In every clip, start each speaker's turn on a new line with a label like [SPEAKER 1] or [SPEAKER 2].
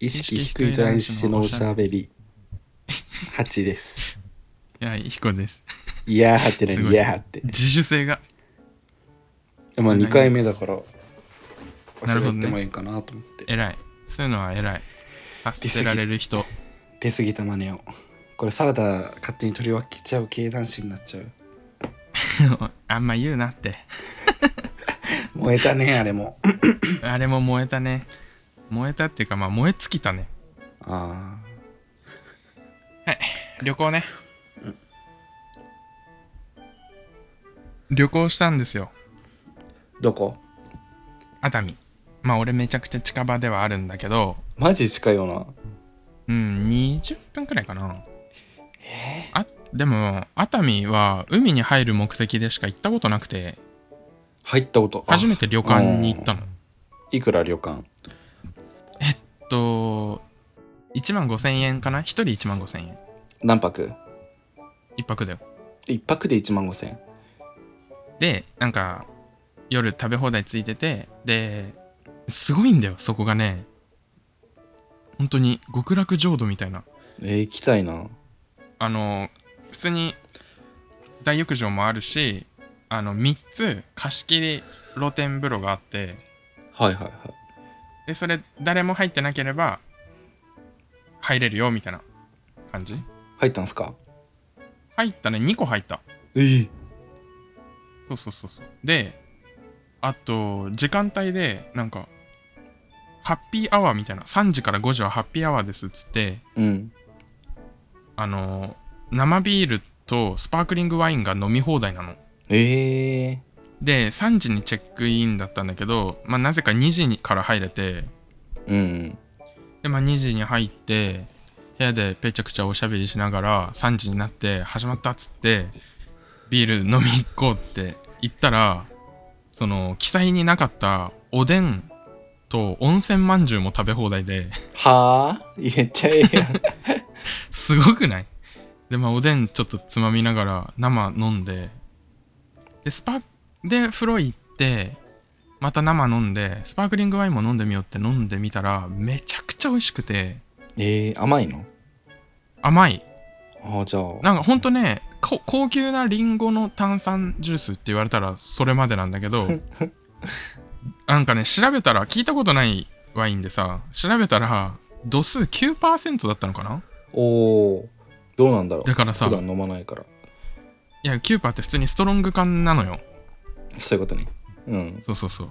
[SPEAKER 1] 意識低い男子のおしゃべり8です
[SPEAKER 2] いや、彦です。
[SPEAKER 1] いやーってね
[SPEAKER 2] すごい
[SPEAKER 1] いやーって
[SPEAKER 2] 自主性が。
[SPEAKER 1] まあ2回目だから
[SPEAKER 2] なるほどね
[SPEAKER 1] 忘れてもいいかなと思って、
[SPEAKER 2] 偉い。そういうのは偉い。さ
[SPEAKER 1] 出過
[SPEAKER 2] せ
[SPEAKER 1] ぎ
[SPEAKER 2] られる人。
[SPEAKER 1] 出過ぎた真似をこれサラダ勝手に取り分けちゃう系男子になっちゃう
[SPEAKER 2] あんま言うなって。
[SPEAKER 1] 燃えたねあれも
[SPEAKER 2] あれも燃えたね。燃えたっていうか、まあ燃え尽きたね。
[SPEAKER 1] あ
[SPEAKER 2] 旅行ね。旅行したんですよ。
[SPEAKER 1] ーどこ
[SPEAKER 2] 熱海。まあ俺めちゃくちゃ近場ではあるんだけど、
[SPEAKER 1] マジ近いよな
[SPEAKER 2] うん、20分くらいかな。あでも熱海は海に入る目的でしか行ったことなくて
[SPEAKER 1] 入ったことあ
[SPEAKER 2] 初めて旅館に行ったの
[SPEAKER 1] いくら旅館
[SPEAKER 2] えっと1万5000円かな1人1万5000円
[SPEAKER 1] 何泊
[SPEAKER 2] 1泊だよ
[SPEAKER 1] 一泊で1万5000円
[SPEAKER 2] でなんか夜食べ放題ついててですごいんだよそこがね本当に極楽浄土みたいな
[SPEAKER 1] えー、行きたいな
[SPEAKER 2] あの普通に大浴場もあるしあの3つ貸し切り露天風呂があって
[SPEAKER 1] はいはいはい
[SPEAKER 2] でそれ誰も入ってなければ入れるよみたいな感じ
[SPEAKER 1] 入ったんすか
[SPEAKER 2] 入ったね2個入った
[SPEAKER 1] えー、
[SPEAKER 2] そうそうそうそうであと時間帯でなんかハッピーアワーみたいな3時から5時はハッピーアワーですっつって
[SPEAKER 1] うん
[SPEAKER 2] あの生ビールとスパークリングワインが飲み放題なの
[SPEAKER 1] ええ
[SPEAKER 2] で3時にチェックインだったんだけど、まあ、なぜか2時にから入れて
[SPEAKER 1] ー、うん
[SPEAKER 2] で、まあ、2時に入って部屋でぺちゃくちゃおしゃべりしながら3時になって始まったっつってビール飲み行こうって言ったらその記載になかったおでんと温泉まんじゅうも食べ放題で
[SPEAKER 1] はあ言っちゃええやん
[SPEAKER 2] すごくないでまあおでんちょっとつまみながら生飲んででスパで風呂行ってまた生飲んでスパークリングワインも飲んでみようって飲んでみたらめちゃくちゃ美味しくて
[SPEAKER 1] えー、甘いの
[SPEAKER 2] 甘い
[SPEAKER 1] ああじゃあ
[SPEAKER 2] なんかほんとねこ高級なリンゴの炭酸ジュースって言われたらそれまでなんだけどなんかね調べたら聞いたことないワインでさ調べたら度数9%だったのかな
[SPEAKER 1] おおどうなんだろう
[SPEAKER 2] だからさ
[SPEAKER 1] 普段飲まないから
[SPEAKER 2] いや9%って普通にストロング缶なのよ
[SPEAKER 1] そういうことねうん
[SPEAKER 2] そうそうそう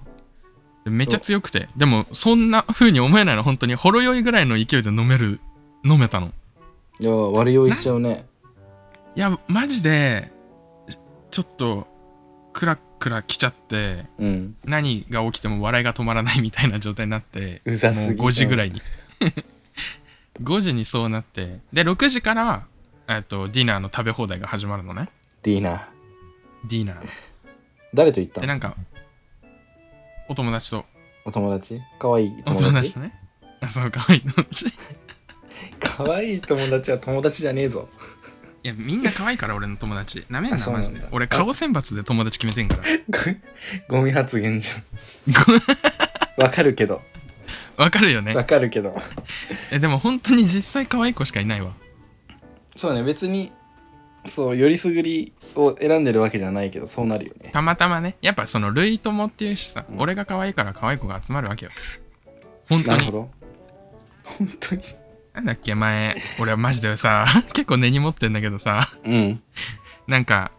[SPEAKER 2] でめっちゃ強くてでもそんな風に思えないの本当にほろ酔いぐらいの勢いで飲める飲めたの
[SPEAKER 1] いや悪酔いしちゃうね
[SPEAKER 2] いやマジでちょっとクラクラ来ちゃって
[SPEAKER 1] うん
[SPEAKER 2] 何が起きても笑いが止まらないみたいな状態になって
[SPEAKER 1] うざすぎ
[SPEAKER 2] もう5時ぐらいに 5時にそうなってで6時からはえっとディナーの食べ放題が始まるのね
[SPEAKER 1] ディーナー
[SPEAKER 2] ディナー
[SPEAKER 1] 誰と行った
[SPEAKER 2] で
[SPEAKER 1] の
[SPEAKER 2] なんかお友達と
[SPEAKER 1] お友達可愛い
[SPEAKER 2] お
[SPEAKER 1] 友達
[SPEAKER 2] 友達とねあそうかわいい友達い
[SPEAKER 1] 可愛い友達は友達じゃねえぞ
[SPEAKER 2] やみんな可愛いから俺の友達なめん
[SPEAKER 1] あ
[SPEAKER 2] な
[SPEAKER 1] そうな
[SPEAKER 2] マ
[SPEAKER 1] んだ
[SPEAKER 2] ジで俺顔選抜で友達決めてんから
[SPEAKER 1] ゴミ発言じ ゃんわかるけど
[SPEAKER 2] わかるよ
[SPEAKER 1] わ
[SPEAKER 2] ね
[SPEAKER 1] かるけど
[SPEAKER 2] えでも本当に実際可愛い子しかいないわ
[SPEAKER 1] そうね別にそうよりすぐりを選んでるわけじゃないけどそうなるよね
[SPEAKER 2] たまたまねやっぱその類友っていうしさ、俺が可愛いから可愛い子が集まるわけよ本当
[SPEAKER 1] なるほ
[SPEAKER 2] に
[SPEAKER 1] ど本当に
[SPEAKER 2] なんだっけ前俺はマジでさ 結構根に持ってんだけどさ
[SPEAKER 1] うん
[SPEAKER 2] なんか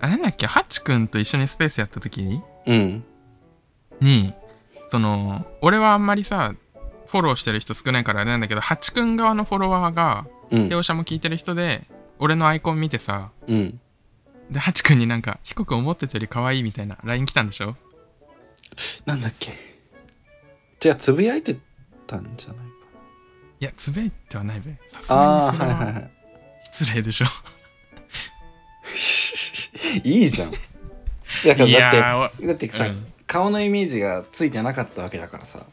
[SPEAKER 2] あなんだっけハチ君と一緒にスペースやった時に
[SPEAKER 1] うん
[SPEAKER 2] にその俺はあんまりさフォローしてる人少ないからあれなんだけどハチ君側のフォロワーが
[SPEAKER 1] うん
[SPEAKER 2] 両者も聞いてる人で俺のアイコン見てさ
[SPEAKER 1] うん
[SPEAKER 2] でハチ君になんか「低く思ってたより可愛いみたいな LINE 来たんでしょ
[SPEAKER 1] なんだっけじゃあつぶやいてたんじゃないか
[SPEAKER 2] いやつぶやいてはないべさす
[SPEAKER 1] なああ
[SPEAKER 2] がにそ
[SPEAKER 1] はい
[SPEAKER 2] れ
[SPEAKER 1] はいは
[SPEAKER 2] はい失礼でしょ
[SPEAKER 1] い いじゃん。だか
[SPEAKER 2] い
[SPEAKER 1] らだ
[SPEAKER 2] や
[SPEAKER 1] って、だってさ、
[SPEAKER 2] うん
[SPEAKER 1] 顔のイメージがついてなかったわけだからさ。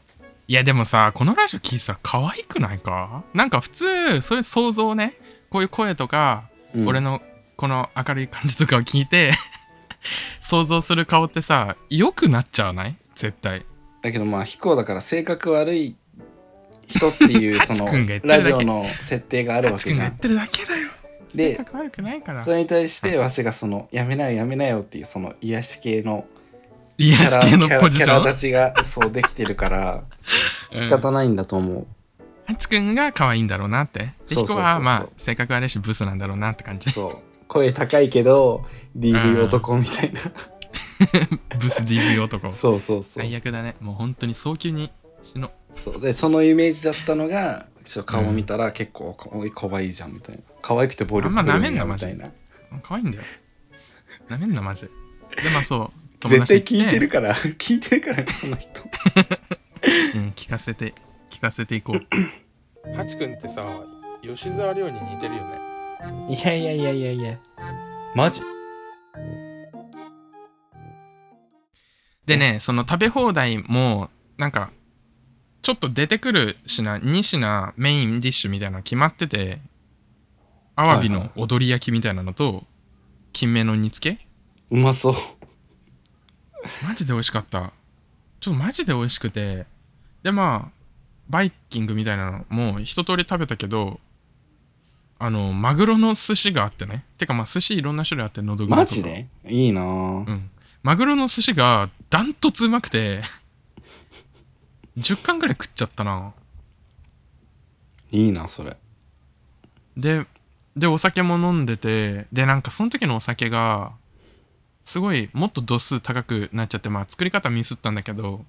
[SPEAKER 2] いやでもさこのラジオ聞いてたら可愛くないかなんか普通そういう想像ねこういう声とか、
[SPEAKER 1] うん
[SPEAKER 2] 俺のこの明るい感じとかを聞いて 想像する顔ってさ良くなっちゃわない絶対
[SPEAKER 1] だけどまあ、非行だから性格悪い人って いうそ
[SPEAKER 2] ハチ
[SPEAKER 1] の
[SPEAKER 2] 君が言ってるだ
[SPEAKER 1] ラ
[SPEAKER 2] け
[SPEAKER 1] ジオの設定があるわ
[SPEAKER 2] チ
[SPEAKER 1] け
[SPEAKER 2] 君
[SPEAKER 1] じ
[SPEAKER 2] が
[SPEAKER 1] ゃ
[SPEAKER 2] やっ
[SPEAKER 1] ん。
[SPEAKER 2] てるだけだよ性
[SPEAKER 1] で
[SPEAKER 2] 格悪くないから
[SPEAKER 1] それに対してわしがその「やめなよやめなよ」っていうその癒し系のキ
[SPEAKER 2] 癒
[SPEAKER 1] ャ
[SPEAKER 2] し
[SPEAKER 1] ラ
[SPEAKER 2] 系の
[SPEAKER 1] キャ
[SPEAKER 2] ポ
[SPEAKER 1] ラ
[SPEAKER 2] ジ
[SPEAKER 1] キ
[SPEAKER 2] シ
[SPEAKER 1] ャ
[SPEAKER 2] ョ
[SPEAKER 1] ラ
[SPEAKER 2] ン
[SPEAKER 1] 立ちがそうできてるから
[SPEAKER 2] うん
[SPEAKER 1] 仕方ないんだと思う、
[SPEAKER 2] ハチ君が可愛いんだろうなってで
[SPEAKER 1] そうそうそう
[SPEAKER 2] 彦
[SPEAKER 1] そう
[SPEAKER 2] はまあ性格悪いしブスなんだろうなって感じ
[SPEAKER 1] そう声高いけど DV 男みたいな、
[SPEAKER 2] ブス DV 男
[SPEAKER 1] そうそうそう
[SPEAKER 2] 最悪だねもう本当に早急に死の
[SPEAKER 1] そうでそのイメージだったのがちょっと顔見たら結構かわいい可愛いじゃんみたいな可愛くて暴力
[SPEAKER 2] あんま舐め
[SPEAKER 1] る
[SPEAKER 2] んな
[SPEAKER 1] みたいな
[SPEAKER 2] 可愛いんだよなめんなマジででまあそう友
[SPEAKER 1] 絶
[SPEAKER 2] 達
[SPEAKER 1] 対
[SPEAKER 2] 行
[SPEAKER 1] 聞い
[SPEAKER 2] って
[SPEAKER 1] るから 聞いてるからねその人
[SPEAKER 2] うん、聞かせて聞かせていこうハチ君ってさ吉沢亮に似てるよね
[SPEAKER 1] いやいやいやいやいやマジ
[SPEAKER 2] でねその食べ放題もなんかちょっと出てくる品2品メインディッシュみたいなの決まっててアワビ
[SPEAKER 1] はい
[SPEAKER 2] の踊り焼きみたいなのと金目の煮つけ
[SPEAKER 1] うまそう
[SPEAKER 2] マジで美味しかったちょっとマジで美味しくてでまあバイキングみたいなのも一通り食べたけどあのマグロの寿司があってねてかまあ寿司いろんな種類あってのどぐろとか
[SPEAKER 1] マジでいいなぁ
[SPEAKER 2] うんマグロの寿司がダントツうまくて10貫ぐらい食っちゃったない
[SPEAKER 1] いなそれ
[SPEAKER 2] ででお酒も飲んでてでなんかその時のお酒がすごいもっと度数高くなっちゃってまあ作り方ミスったんだけど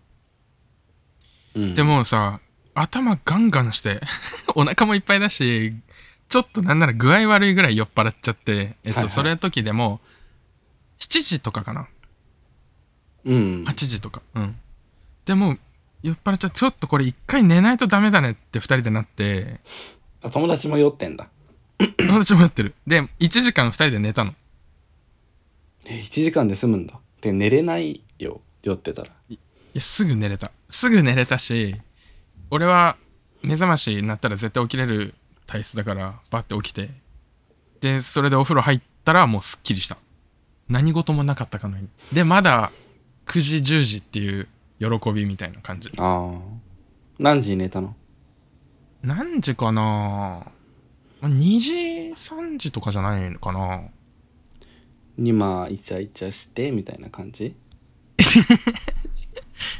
[SPEAKER 1] うん
[SPEAKER 2] でもさ頭ガンガンして お腹もいっぱいだしちょっとなんなら具合悪いぐらい酔っ払っちゃって、えっと
[SPEAKER 1] はいはい
[SPEAKER 2] それの時でも7時とかかな
[SPEAKER 1] うん
[SPEAKER 2] 8時とかうんでもう酔っ払っちゃってちょっとこれ一回寝ないとダメだねって2人で なって
[SPEAKER 1] あ友達も酔ってんだ
[SPEAKER 2] 私もやってるで1時間2人で寝たの
[SPEAKER 1] え1時間で済むんだで寝れないよ酔ってたら
[SPEAKER 2] いやすぐ寝れたすぐ寝れたし俺は目覚ましになったら絶対起きれる体質だからバッて起きてでそれでお風呂入ったらもうすっきりした何事もなかったかのようにでまだ9時10時っていう喜びみたいな感じ
[SPEAKER 1] ああ何時に寝たの
[SPEAKER 2] 何時かな2時3時とかじゃないのかな
[SPEAKER 1] にまあイチャイチャしてみたいな感じ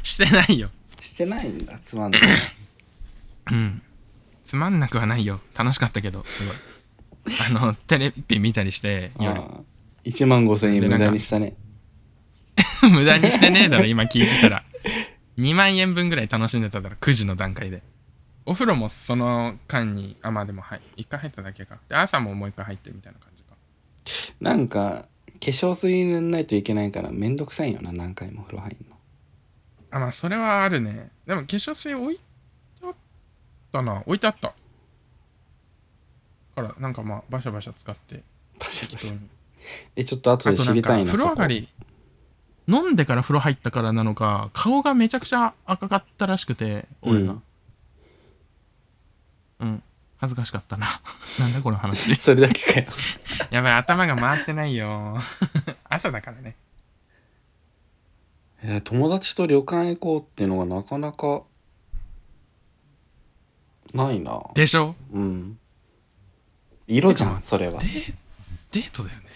[SPEAKER 2] してないよ
[SPEAKER 1] してないんだつまんない
[SPEAKER 2] うんつまんなくはないよ楽しかったけどすごいあのテレビ見たりして
[SPEAKER 1] あ
[SPEAKER 2] 夜
[SPEAKER 1] あ1万5000円無駄にしたね
[SPEAKER 2] 無駄にしてねえだろ今聞いてたら2万円分ぐらい楽しんでただろ9時の段階でお風呂もその間にあまあでもはい1回入っただけかで朝ももう1回入ってみたいな感じか
[SPEAKER 1] なんか化粧水塗んないといけないからめんどくさいよな何回も風呂入んの
[SPEAKER 2] あまあそれはあるねでも化粧水置いてあったな置いてあったからなんかまあバシャバシャ使って
[SPEAKER 1] パシャパ
[SPEAKER 2] 適当
[SPEAKER 1] シャ
[SPEAKER 2] に
[SPEAKER 1] えちょっと後で知りたいな
[SPEAKER 2] あとなん
[SPEAKER 1] そ
[SPEAKER 2] か風呂上
[SPEAKER 1] こ
[SPEAKER 2] がり飲んでから風呂入ったからなのか顔がめちゃくちゃ赤かったらしくて俺がうん、恥ずかしかったな なんだこの話
[SPEAKER 1] それだけかよ
[SPEAKER 2] やばい頭が回ってない よ朝だからね
[SPEAKER 1] え友達と旅館行こうっていうのがなかなかないな
[SPEAKER 2] でしょ
[SPEAKER 1] うん色じゃんそれは
[SPEAKER 2] デデートだよね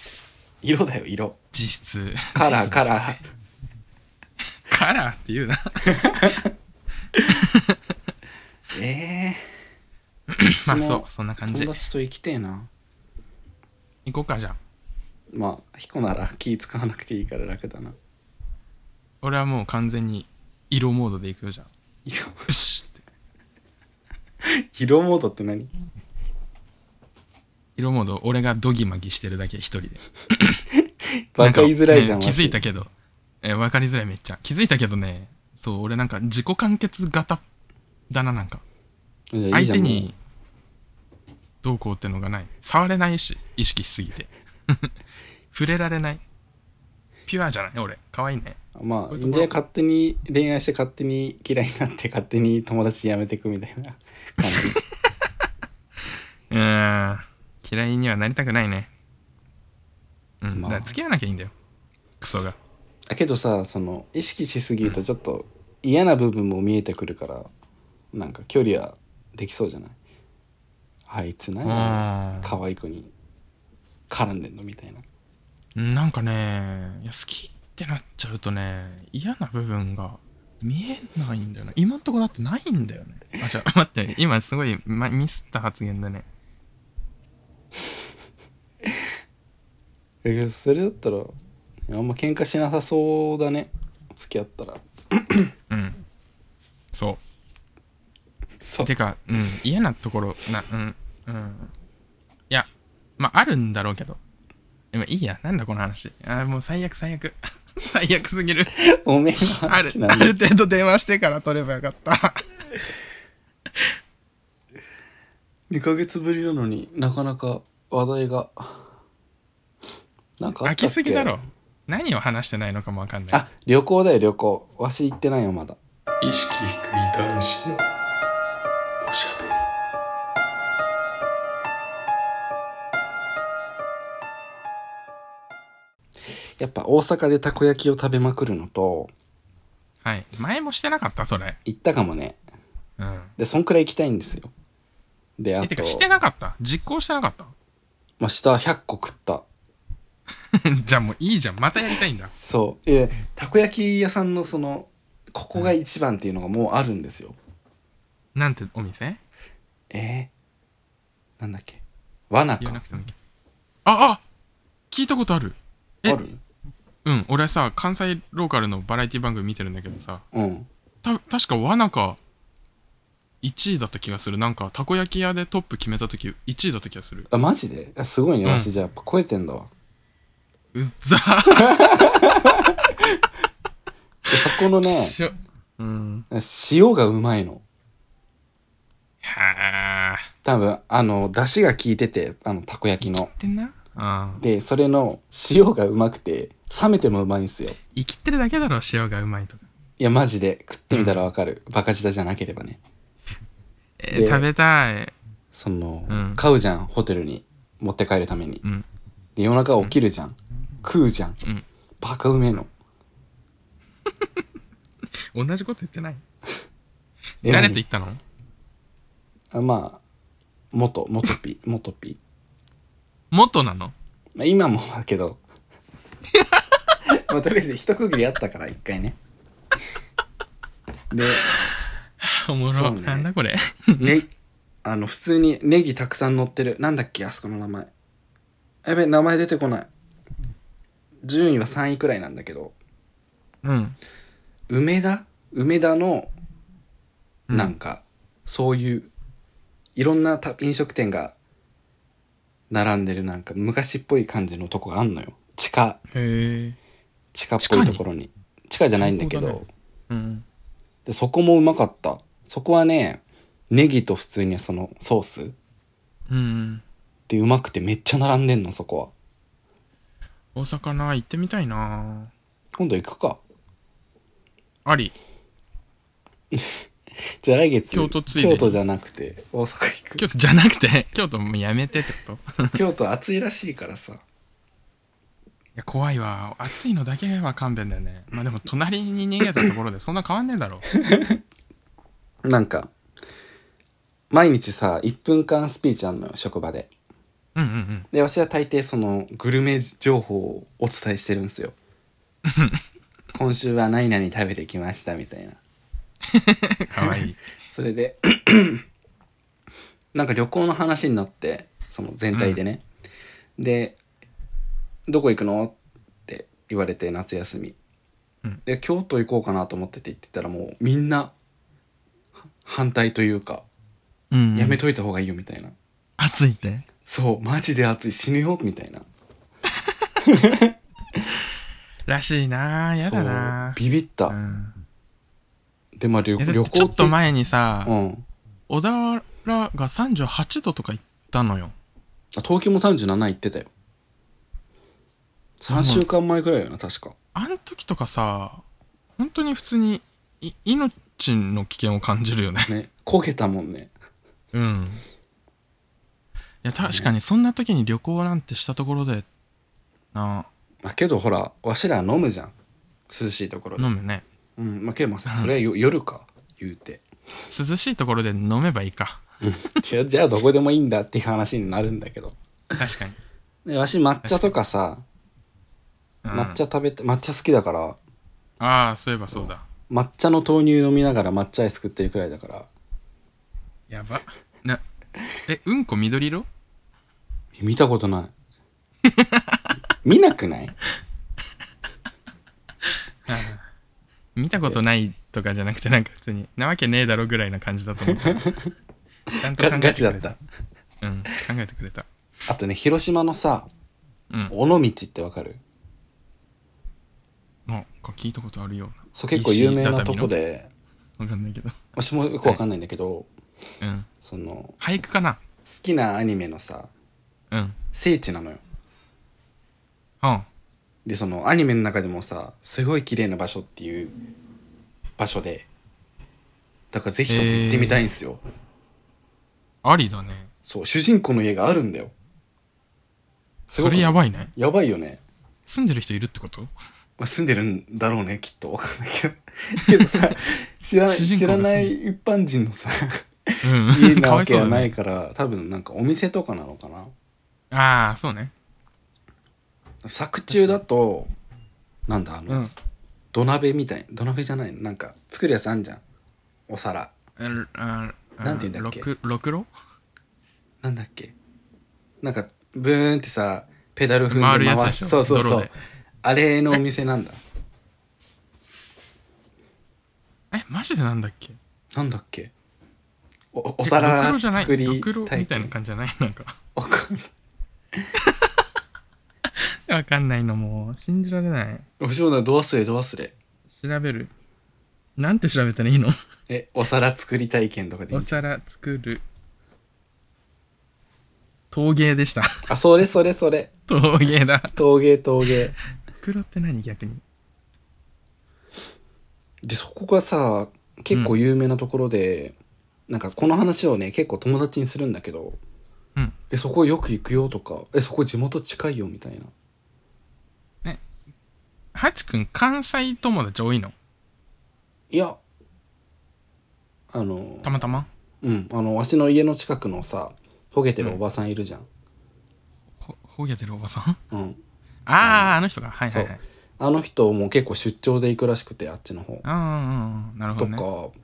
[SPEAKER 1] 色だよ色
[SPEAKER 2] 実質
[SPEAKER 1] カラーカラー
[SPEAKER 2] カラーって言う な
[SPEAKER 1] ええ
[SPEAKER 2] ま
[SPEAKER 1] そ
[SPEAKER 2] あ
[SPEAKER 1] の
[SPEAKER 2] そうそんな感じ
[SPEAKER 1] 友達と行きてえな
[SPEAKER 2] 行こうかじゃあ
[SPEAKER 1] まあ彦なら気使わなくていいから楽だな
[SPEAKER 2] 俺はもう完全に色モードで行くよじゃあ
[SPEAKER 1] 色
[SPEAKER 2] よしって
[SPEAKER 1] 色モードって何
[SPEAKER 2] 色モード俺がドギマギしてるだけ一人で
[SPEAKER 1] バカ言いづらいじゃん
[SPEAKER 2] なかね気づいたけど、え分かりづらいめっちゃ気づいたけどねそう俺なんか自己完結型だななんか
[SPEAKER 1] じゃあいい
[SPEAKER 2] 相
[SPEAKER 1] じゃん
[SPEAKER 2] 手
[SPEAKER 1] もう
[SPEAKER 2] にどうこうってのがない触れないし意識しすぎて 触れられないピュアじゃない俺可愛いね
[SPEAKER 1] ま
[SPEAKER 2] こ
[SPEAKER 1] あ
[SPEAKER 2] ういうところ
[SPEAKER 1] じゃあ勝手に恋愛して勝手に嫌いになって勝手に友達辞めてくみたいな感じ
[SPEAKER 2] うーん嫌いにはなりたくないねうん、
[SPEAKER 1] まあ
[SPEAKER 2] だから付き合わなきゃいいんだよクソが
[SPEAKER 1] だけどさその意識しすぎるとちょっと嫌な部分も見えてくるからなんか距離はできそうじゃないあいつ何
[SPEAKER 2] うん
[SPEAKER 1] 可愛い子に絡んでんのみたいな
[SPEAKER 2] なんかねいや好きってなっちゃうとね嫌な部分が見えないんだよね今んとこだってないんだよねあじゃあ待って今すごい、ま、ミスった発言だね
[SPEAKER 1] えそれだったらあんま喧嘩しなさそうだね付き合ったら
[SPEAKER 2] うんそ
[SPEAKER 1] そう
[SPEAKER 2] てか、うん、嫌なところなうんうんいやまああるんだろうけどでもいいやなんだこの話あーもう最悪最悪 最悪すぎる
[SPEAKER 1] おめえの
[SPEAKER 2] ある
[SPEAKER 1] 話な
[SPEAKER 2] あ
[SPEAKER 1] んだ
[SPEAKER 2] る程度電話してから取ればよかった
[SPEAKER 1] 2ヶ月ぶりなのになかなか話題がなんかあ
[SPEAKER 2] 飽
[SPEAKER 1] ったっけ
[SPEAKER 2] きすぎだろ何を話してないのかもわかんない
[SPEAKER 1] あ旅行だよ旅行わし行ってないよまだ
[SPEAKER 3] 意識低い男子のおしゃべり
[SPEAKER 1] やっぱ大阪でたこ焼きを食べまくるのと
[SPEAKER 2] はい。前もしてなかった、それ。
[SPEAKER 1] 行ったかもね
[SPEAKER 2] うん。
[SPEAKER 1] でそんくらい行きたいんですよであ
[SPEAKER 2] え、
[SPEAKER 1] と
[SPEAKER 2] てか、してなかった実行してなかった
[SPEAKER 1] まあ、下100個食った
[SPEAKER 2] じゃあもういいじゃん。またやりたいんだ。
[SPEAKER 1] そうえたこ焼き屋さんのそのここが一番っていうのがもうあるんですよ
[SPEAKER 2] なんてお店
[SPEAKER 1] えー、なんだっけ罠
[SPEAKER 2] 言わな
[SPEAKER 1] か
[SPEAKER 2] くてもいいけど。あ、あ聞いたことある。え
[SPEAKER 1] ある
[SPEAKER 2] うん。俺さ、関西ローカルのバラエティ番組見てるんだけどさ、
[SPEAKER 1] うん
[SPEAKER 2] た、確かわなか1位だった気がする。なんか、たこ焼き屋でトップ決めたとき、1位だった気がする。
[SPEAKER 1] あマジであすごいね
[SPEAKER 2] うん
[SPEAKER 1] わしじゃあやっぱ超えてんだわ、
[SPEAKER 2] うっざ
[SPEAKER 1] でそこのね
[SPEAKER 2] ーしょ。うん。
[SPEAKER 1] 塩がうまいの
[SPEAKER 2] はあ。
[SPEAKER 1] 多分あの出汁が効いててあのたこ焼きの
[SPEAKER 2] 生きてんな。うん。
[SPEAKER 1] でそれの塩がうまくて冷めてもうまいんすよ
[SPEAKER 2] 生きてるだけだろ、塩がうまいとか。
[SPEAKER 1] いやマジで食ってみたらわかる、バカ舌じゃなければね
[SPEAKER 2] えー
[SPEAKER 1] で
[SPEAKER 2] 食べたい。
[SPEAKER 1] その、
[SPEAKER 2] うん
[SPEAKER 1] 買うじゃんホテルに持って帰るために
[SPEAKER 2] うん。
[SPEAKER 1] で夜中起きるじゃん、食うじゃん
[SPEAKER 2] うん。
[SPEAKER 1] バカうめえの
[SPEAKER 2] 同じこと言ってない
[SPEAKER 1] え
[SPEAKER 2] 誰
[SPEAKER 1] 何
[SPEAKER 2] と言ったの
[SPEAKER 1] あまあ元元ピ元ピ、
[SPEAKER 2] 元なの
[SPEAKER 1] まあ、今もだけどまあとりあえず一区切りあったから一回ねで
[SPEAKER 2] おも
[SPEAKER 1] そ
[SPEAKER 2] ろ、
[SPEAKER 1] うね
[SPEAKER 2] なんだこれ
[SPEAKER 1] ね、あの、普通にネギたくさん乗ってる。なんだっけ、あそこの名前。やべ、名前出てこない。順位は3位くらいなんだけど、
[SPEAKER 2] うん
[SPEAKER 1] 梅田梅田の、
[SPEAKER 2] うん
[SPEAKER 1] なんか、そういう、いろんなた飲食店が、並んでるなんか昔っぽい感じのとこがあんのよ。地下、
[SPEAKER 2] へえ
[SPEAKER 1] 地下っぽいところに。地下じゃないんだけど、
[SPEAKER 2] 最高だねうん
[SPEAKER 1] で、そこもうまかった。そこはね、ネギと普通にそのソース、
[SPEAKER 2] うん
[SPEAKER 1] でうまくてめっちゃ並んでんのそこは
[SPEAKER 2] 大阪な行ってみたいな
[SPEAKER 1] 今度行くか
[SPEAKER 2] あり
[SPEAKER 1] じゃあ来月
[SPEAKER 2] 京都ついでに
[SPEAKER 1] 京都じゃなくて大阪行く
[SPEAKER 2] 京都じゃなくて 京都もうやめてってことい
[SPEAKER 1] 京都暑いらしいからさ
[SPEAKER 2] や怖いわ暑いのだけは勘弁だよねまあでも隣に逃げたところでそんな変わんねえだろ
[SPEAKER 1] なんか毎日さ1分間スピーチあんのよ職場で
[SPEAKER 2] うんうんうん
[SPEAKER 1] で私は大抵そのグルメ情報をお伝えしてるん ですよ今週は何々食べてきましたみたいな
[SPEAKER 2] かわいい
[SPEAKER 1] それで なんか旅行の話になってその全体でね、で「どこ行くの?」って言われて夏休み、
[SPEAKER 2] うん
[SPEAKER 1] で京都行こうかなと思ってて言ってたらもうみんなは反対というか、
[SPEAKER 2] うん
[SPEAKER 1] やめといた方がいいよみたいな
[SPEAKER 2] 暑いって
[SPEAKER 1] そうマジで暑い死ぬよみたいな
[SPEAKER 2] らしいなやだな
[SPEAKER 1] そうビビった、
[SPEAKER 2] うん
[SPEAKER 1] でまあ旅
[SPEAKER 2] いやだ
[SPEAKER 1] 旅
[SPEAKER 2] っ
[SPEAKER 1] 行
[SPEAKER 2] てちょっと前にさ、
[SPEAKER 1] うん
[SPEAKER 2] 小田原が38度とか行ったのよ
[SPEAKER 1] あ東京も37行ってたよ3週間前ぐらいよな確か
[SPEAKER 2] あん時とかさ本当に普通にい命の危険を感じるよね
[SPEAKER 1] ね焦げたもんね
[SPEAKER 2] うんいや確かにそんな時に旅行なんてしたところでな
[SPEAKER 1] まあけどほらわしら飲むじゃん涼しいところで
[SPEAKER 2] 飲むね
[SPEAKER 1] うんまあけどまあそれはよ夜か言うて
[SPEAKER 2] 涼しいところで飲めばいいか
[SPEAKER 1] じゃあじゃあどこでもいいんだっていう話になるんだけど
[SPEAKER 2] 確かに、
[SPEAKER 1] でわし抹茶とかさ
[SPEAKER 2] うん
[SPEAKER 1] 抹茶食べて抹茶好きだから
[SPEAKER 2] ああそういえばそうだ
[SPEAKER 1] 抹茶の豆乳飲みながら抹茶アイス食ってるくらいだから
[SPEAKER 2] やばなえうんこ緑色
[SPEAKER 1] 見たことない見なくない
[SPEAKER 2] 見たことないとかじゃなくてなんか普通になわけねえだろぐらいな感じだと思ったちゃんと考
[SPEAKER 1] ガ
[SPEAKER 2] えて
[SPEAKER 1] ガチだ
[SPEAKER 2] くれ
[SPEAKER 1] った
[SPEAKER 2] うん考えてくれた
[SPEAKER 1] あとね広島のさ
[SPEAKER 2] うん
[SPEAKER 1] 尾道ってわかる
[SPEAKER 2] なんか聞いたことあるような
[SPEAKER 1] そう結構有名
[SPEAKER 2] 石
[SPEAKER 1] な
[SPEAKER 2] 畳
[SPEAKER 1] と
[SPEAKER 2] の
[SPEAKER 1] こで
[SPEAKER 2] わかんないけど
[SPEAKER 1] 私もよくわかんないんだけど、
[SPEAKER 2] うん
[SPEAKER 1] その
[SPEAKER 2] 俳句かな
[SPEAKER 1] 好きなアニメのさ
[SPEAKER 2] うん
[SPEAKER 1] 聖地なのよ
[SPEAKER 2] うん
[SPEAKER 1] でそのアニメの中でもさすごい綺麗な場所っていう場所でだからぜひとも行ってみたいんですよ、
[SPEAKER 2] ありだね
[SPEAKER 1] そう主人公の家があるんだよすご
[SPEAKER 2] そ
[SPEAKER 1] く
[SPEAKER 2] れやばいね
[SPEAKER 1] やばいよね
[SPEAKER 2] 住んでる人いるってこと
[SPEAKER 1] まあ住んでるんだろうねきっとわかんないけ どけどさ知らない
[SPEAKER 2] 主人
[SPEAKER 1] 知
[SPEAKER 2] 公が
[SPEAKER 1] らない一般人のさ
[SPEAKER 2] う
[SPEAKER 1] 家
[SPEAKER 2] ん
[SPEAKER 1] な
[SPEAKER 2] かわ
[SPEAKER 1] わ
[SPEAKER 2] い
[SPEAKER 1] け
[SPEAKER 2] そう
[SPEAKER 1] は
[SPEAKER 2] だ
[SPEAKER 1] な
[SPEAKER 2] ね
[SPEAKER 1] いから多分なんかお店とかなのかな
[SPEAKER 2] ああそうね
[SPEAKER 1] 作中だとなんだあの、
[SPEAKER 2] うん
[SPEAKER 1] 土鍋みたい土鍋じゃないのなんか作るやつあんじゃんお皿
[SPEAKER 2] あああ
[SPEAKER 1] なんて言うんだっけ
[SPEAKER 2] ろくろくろ
[SPEAKER 1] なんだっけなんかブーンってさペダル踏
[SPEAKER 2] 回
[SPEAKER 1] ん
[SPEAKER 2] る
[SPEAKER 1] で
[SPEAKER 2] やつ
[SPEAKER 1] 回
[SPEAKER 2] で
[SPEAKER 1] し
[SPEAKER 2] しょ
[SPEAKER 1] そうそうそ
[SPEAKER 2] 泥
[SPEAKER 1] う
[SPEAKER 2] で
[SPEAKER 1] あれのお店なんだ
[SPEAKER 2] えマジでなんだっけ
[SPEAKER 1] なんだっけおお
[SPEAKER 2] えろく
[SPEAKER 1] 皿
[SPEAKER 2] ろじゃない
[SPEAKER 1] 作り
[SPEAKER 2] ろくろみ
[SPEAKER 1] 体
[SPEAKER 2] たいな
[SPEAKER 1] 験
[SPEAKER 2] 感じじゃないなんか
[SPEAKER 1] わかんない
[SPEAKER 2] わかんないのもう信じられない
[SPEAKER 1] おしもなど忘れど忘れ
[SPEAKER 2] 調べるなんて調べたらいいの
[SPEAKER 1] えお皿作り体験とかでいい
[SPEAKER 2] お
[SPEAKER 1] んじゃん
[SPEAKER 2] 皿作る陶芸でした
[SPEAKER 1] あそれそれそれ
[SPEAKER 2] 陶芸だ
[SPEAKER 1] 陶芸陶芸
[SPEAKER 2] 袋って何逆に
[SPEAKER 1] でそこがさ結構有名なところで、なんかこの話をね結構友達にするんだけど、
[SPEAKER 2] うん
[SPEAKER 1] えそこよく行くよとかえそこ地元近いよみたいな
[SPEAKER 2] ハチ君関西友達多いの
[SPEAKER 1] いやあの
[SPEAKER 2] たまたま
[SPEAKER 1] うんあのわしの家の近くのさほげてるおばさんいるじゃん、
[SPEAKER 2] ほほげてるおばさんあ
[SPEAKER 1] うん
[SPEAKER 2] あーあの人がはいはいはい
[SPEAKER 1] あの人も結構出張で行くらしくてあっちの方、
[SPEAKER 2] ああなるほ
[SPEAKER 1] と
[SPEAKER 2] ど
[SPEAKER 1] か
[SPEAKER 2] ね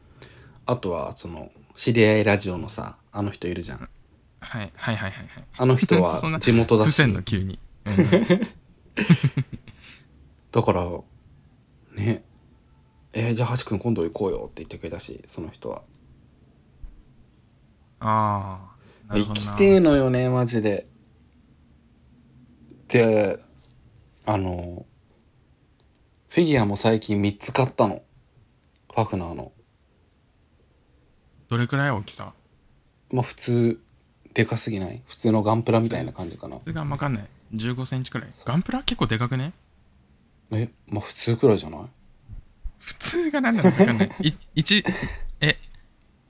[SPEAKER 1] あとはその知り合いラジオのさあの人いるじゃん
[SPEAKER 2] はいはいはいはいはい
[SPEAKER 1] あの人
[SPEAKER 2] そん
[SPEAKER 1] は
[SPEAKER 2] な
[SPEAKER 1] 地元だ
[SPEAKER 2] 伏
[SPEAKER 1] し
[SPEAKER 2] せんの急に、うん
[SPEAKER 1] だからねえーじゃあハチ君今度行こうよって言ってくれたしその人は
[SPEAKER 2] ああなる
[SPEAKER 1] 行
[SPEAKER 2] ほどな
[SPEAKER 1] きてえのよねマジでであのフィギュアも最近3つ買ったのファフナーの
[SPEAKER 2] どれくらい大きさ
[SPEAKER 1] まあ普通でかすぎない普通のガンプラみたいな感じかな
[SPEAKER 2] それがわかんない1 5ンチくらいガンプラ結構でかくね
[SPEAKER 1] えまあ普通くらいじゃない
[SPEAKER 2] 普通が何なのかわか んないい一え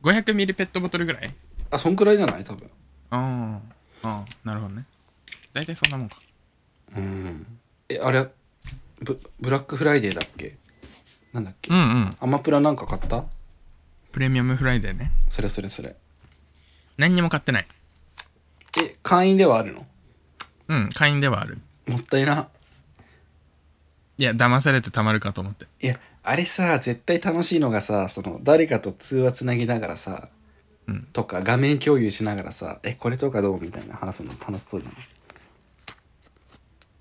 [SPEAKER 2] 500ミリペットボトルぐらい
[SPEAKER 1] あそんくらいじゃない多分
[SPEAKER 2] ああああなるほどね大体そんなもんか
[SPEAKER 1] うんえあれブブラックフライデーだっけなんだっけ、
[SPEAKER 2] うんうん
[SPEAKER 1] アマプラなんか買った
[SPEAKER 2] プレミアムフライデーね
[SPEAKER 1] それそれそれ
[SPEAKER 2] 何にも買ってない
[SPEAKER 1] え会員ではあるの
[SPEAKER 2] うん会員ではある
[SPEAKER 1] もったいない
[SPEAKER 2] や騙されてたまるかと思って
[SPEAKER 1] いやあれさ絶対楽しいのがさその誰かと通話つなぎながらさ、
[SPEAKER 2] うん
[SPEAKER 1] とか画面共有しながらさ「えこれとかどう?」みたいな話すの楽しそうじゃない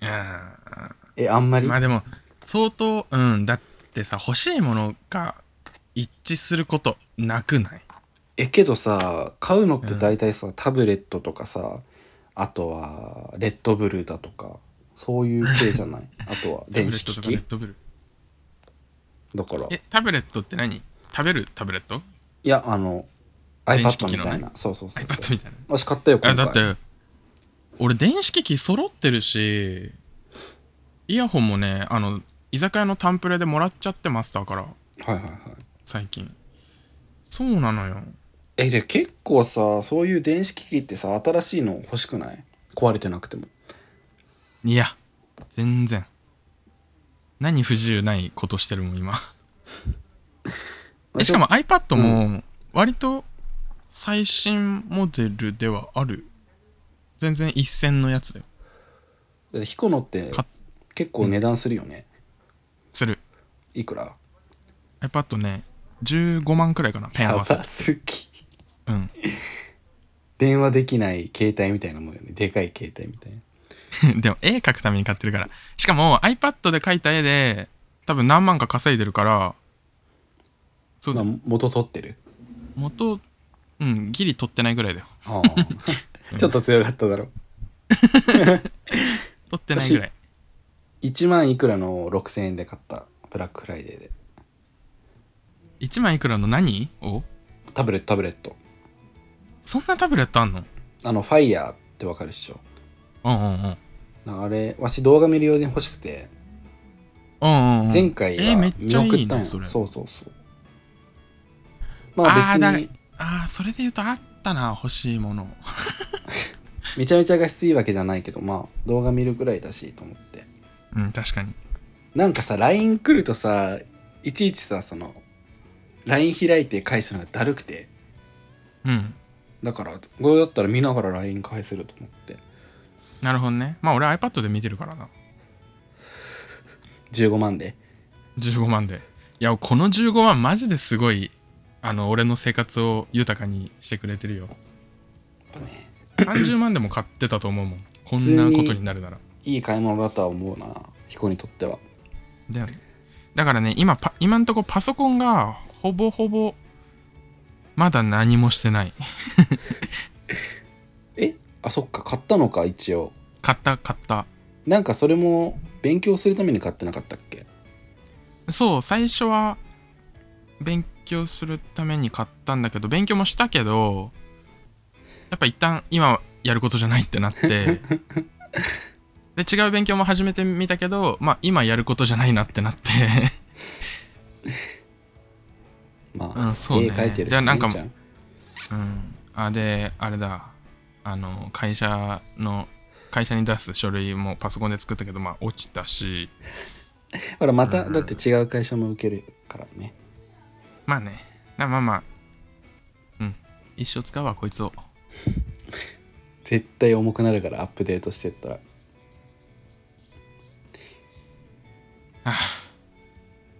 [SPEAKER 2] あ
[SPEAKER 1] えあんま
[SPEAKER 2] あ
[SPEAKER 1] り、
[SPEAKER 2] まあでも相当うんだってさ欲しいものが一致することなくない
[SPEAKER 1] えけどさ買うのって大体さ、タブレットとかさあとはレッドブルだとかそういう系じゃ ないあとは電子機
[SPEAKER 2] タブレッ
[SPEAKER 1] 器
[SPEAKER 2] トとかレッドブル
[SPEAKER 1] だから
[SPEAKER 2] えタブレットって何食べるタブレット
[SPEAKER 1] いやあの
[SPEAKER 2] 電子機
[SPEAKER 1] iPad
[SPEAKER 2] 器
[SPEAKER 1] み
[SPEAKER 2] のね
[SPEAKER 1] たいな、そうそうそうそう
[SPEAKER 2] iPad みたいな
[SPEAKER 1] 私買ったよ今
[SPEAKER 2] あ
[SPEAKER 1] 回
[SPEAKER 2] だって俺電子機器揃ってるしイヤホンもねあの居酒屋のタンプレでもらっちゃってマスターから
[SPEAKER 1] はいはいはい
[SPEAKER 2] 最近そうなのよ
[SPEAKER 1] えで結構さそういう電子機器ってさ新しいの欲しくない壊れてなくても
[SPEAKER 2] いや全然何不自由ないことしてるもん今えしかも iPad も、割と最新モデルではある全然一線のやつだよ
[SPEAKER 1] だってヒコノって
[SPEAKER 2] か
[SPEAKER 1] 結構値段するよね、
[SPEAKER 2] する
[SPEAKER 1] いくら
[SPEAKER 2] iPad ね15万くらいかなペン合
[SPEAKER 1] や
[SPEAKER 2] わせ
[SPEAKER 1] ばすぎ
[SPEAKER 2] うん
[SPEAKER 1] 電話できない携帯みたいなもんよねでかい携帯みたいな
[SPEAKER 2] でも絵描くために買ってるからしかも iPad で描いた絵で多分何万か稼いでるからそうだ、
[SPEAKER 1] まあ元取って る
[SPEAKER 2] 元うんギリ取ってないぐらいだよ
[SPEAKER 1] ああちょっと強かっただろ
[SPEAKER 2] 取ってないぐらい
[SPEAKER 1] 1万いくらの6000円で買ったブラックフライデーで
[SPEAKER 2] 1万いくらの何を
[SPEAKER 1] タブレットタブレット
[SPEAKER 2] そんなタブレットあんの
[SPEAKER 1] あのファイヤーってわかるっしょ
[SPEAKER 2] うんうんうん
[SPEAKER 1] なあれわし動画見る用に欲しくて
[SPEAKER 2] うんうんうん
[SPEAKER 1] 前回は
[SPEAKER 2] えーめっ
[SPEAKER 1] 見
[SPEAKER 2] ちゃいいね
[SPEAKER 1] 送ったんや、
[SPEAKER 2] それ
[SPEAKER 1] そうそうそうまあ
[SPEAKER 2] あーだ
[SPEAKER 1] 別に
[SPEAKER 2] ああそれで言うとあったな欲しいもの
[SPEAKER 1] めちゃめちゃ画質いいわけじゃないけどまあ動画見るくらいだしと思って
[SPEAKER 2] うん確かに
[SPEAKER 1] なんかさ LINE 来るとさいちいちさその LINE 開いて返すのがだるくて
[SPEAKER 2] うん
[SPEAKER 1] だからこれだったら見ながら LINE 返せると思って
[SPEAKER 2] なるほどねまあ俺 iPad で見てるからな
[SPEAKER 1] 15万で
[SPEAKER 2] 15万でいやこの15万マジですごいあの俺の生活を豊かにしてくれてる よ
[SPEAKER 1] やっぱね
[SPEAKER 2] 30万でも買ってたと思うもんこんなことになるなら
[SPEAKER 1] いい買い物だとは思うな彦にとっては
[SPEAKER 2] だよねだからね今パ今んとこパソコンがほぼほぼまだ何もしてない
[SPEAKER 1] えあそっか買ったのか一応
[SPEAKER 2] 買った買った
[SPEAKER 1] なんかそれも勉強するために買ってなかったっけ
[SPEAKER 2] そう最初は勉強するために買ったんだけど勉強もしたけどやっぱ一旦今やることじゃないってなって で違う勉強も始めてみたけどまあ今やることじゃないなってなって
[SPEAKER 1] ま
[SPEAKER 2] う
[SPEAKER 1] あ
[SPEAKER 2] んそうね
[SPEAKER 1] 絵描いてるし、
[SPEAKER 2] でなんか
[SPEAKER 1] 姉ちゃん
[SPEAKER 2] うんあであれだあの会社の会社に出す書類もパソコンで作ったけどまあ落ちたし
[SPEAKER 1] ほらまただって違う会社も受けるからね
[SPEAKER 2] まあねなまあまあうん一生使うわこいつを
[SPEAKER 1] 絶対重くなるからアップデートしてったら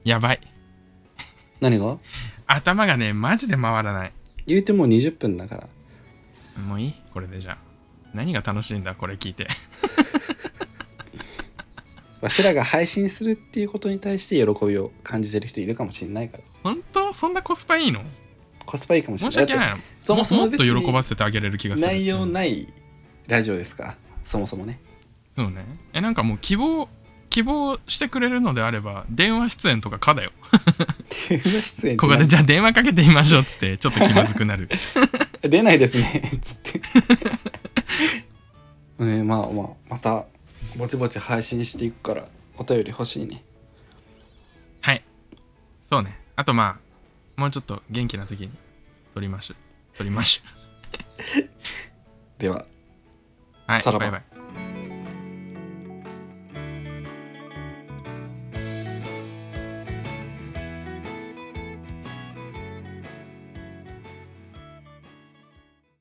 [SPEAKER 2] やばい
[SPEAKER 1] 何が
[SPEAKER 2] 頭がねマジで回らない
[SPEAKER 1] 言うてもう20分だから
[SPEAKER 2] もういいこれでじゃあ何が楽しいんだこれ聞いて
[SPEAKER 1] わしらが配信するっていうことに対して喜びを感じてる人いるかもしれないから
[SPEAKER 2] 本当そんなコスパいいの
[SPEAKER 1] コスパいいかもしれ
[SPEAKER 2] 申
[SPEAKER 1] ない
[SPEAKER 2] し訳な
[SPEAKER 1] だっ
[SPEAKER 2] いの
[SPEAKER 1] てそもそも
[SPEAKER 2] っと
[SPEAKER 1] 別に
[SPEAKER 2] 喜ばせてあげれる気が
[SPEAKER 1] て
[SPEAKER 2] する
[SPEAKER 1] 内容
[SPEAKER 2] うん
[SPEAKER 1] ないラジオですからそもそもね
[SPEAKER 2] そうねえなんかもう希望希望してくれるのであれば電話出演とかか だよ
[SPEAKER 1] 電話出演って
[SPEAKER 2] ここでじゃあ電話かけてみましょうっつってちょっと気まずく なる
[SPEAKER 1] 出ないですねつって ねまあまあまたぼちぼち配信していくからお便り欲しいね
[SPEAKER 2] はいそうねあとまあもうちょっと元気な時に撮りましょう撮りましょ
[SPEAKER 1] では
[SPEAKER 2] うは い
[SPEAKER 1] さらば
[SPEAKER 2] バイバイ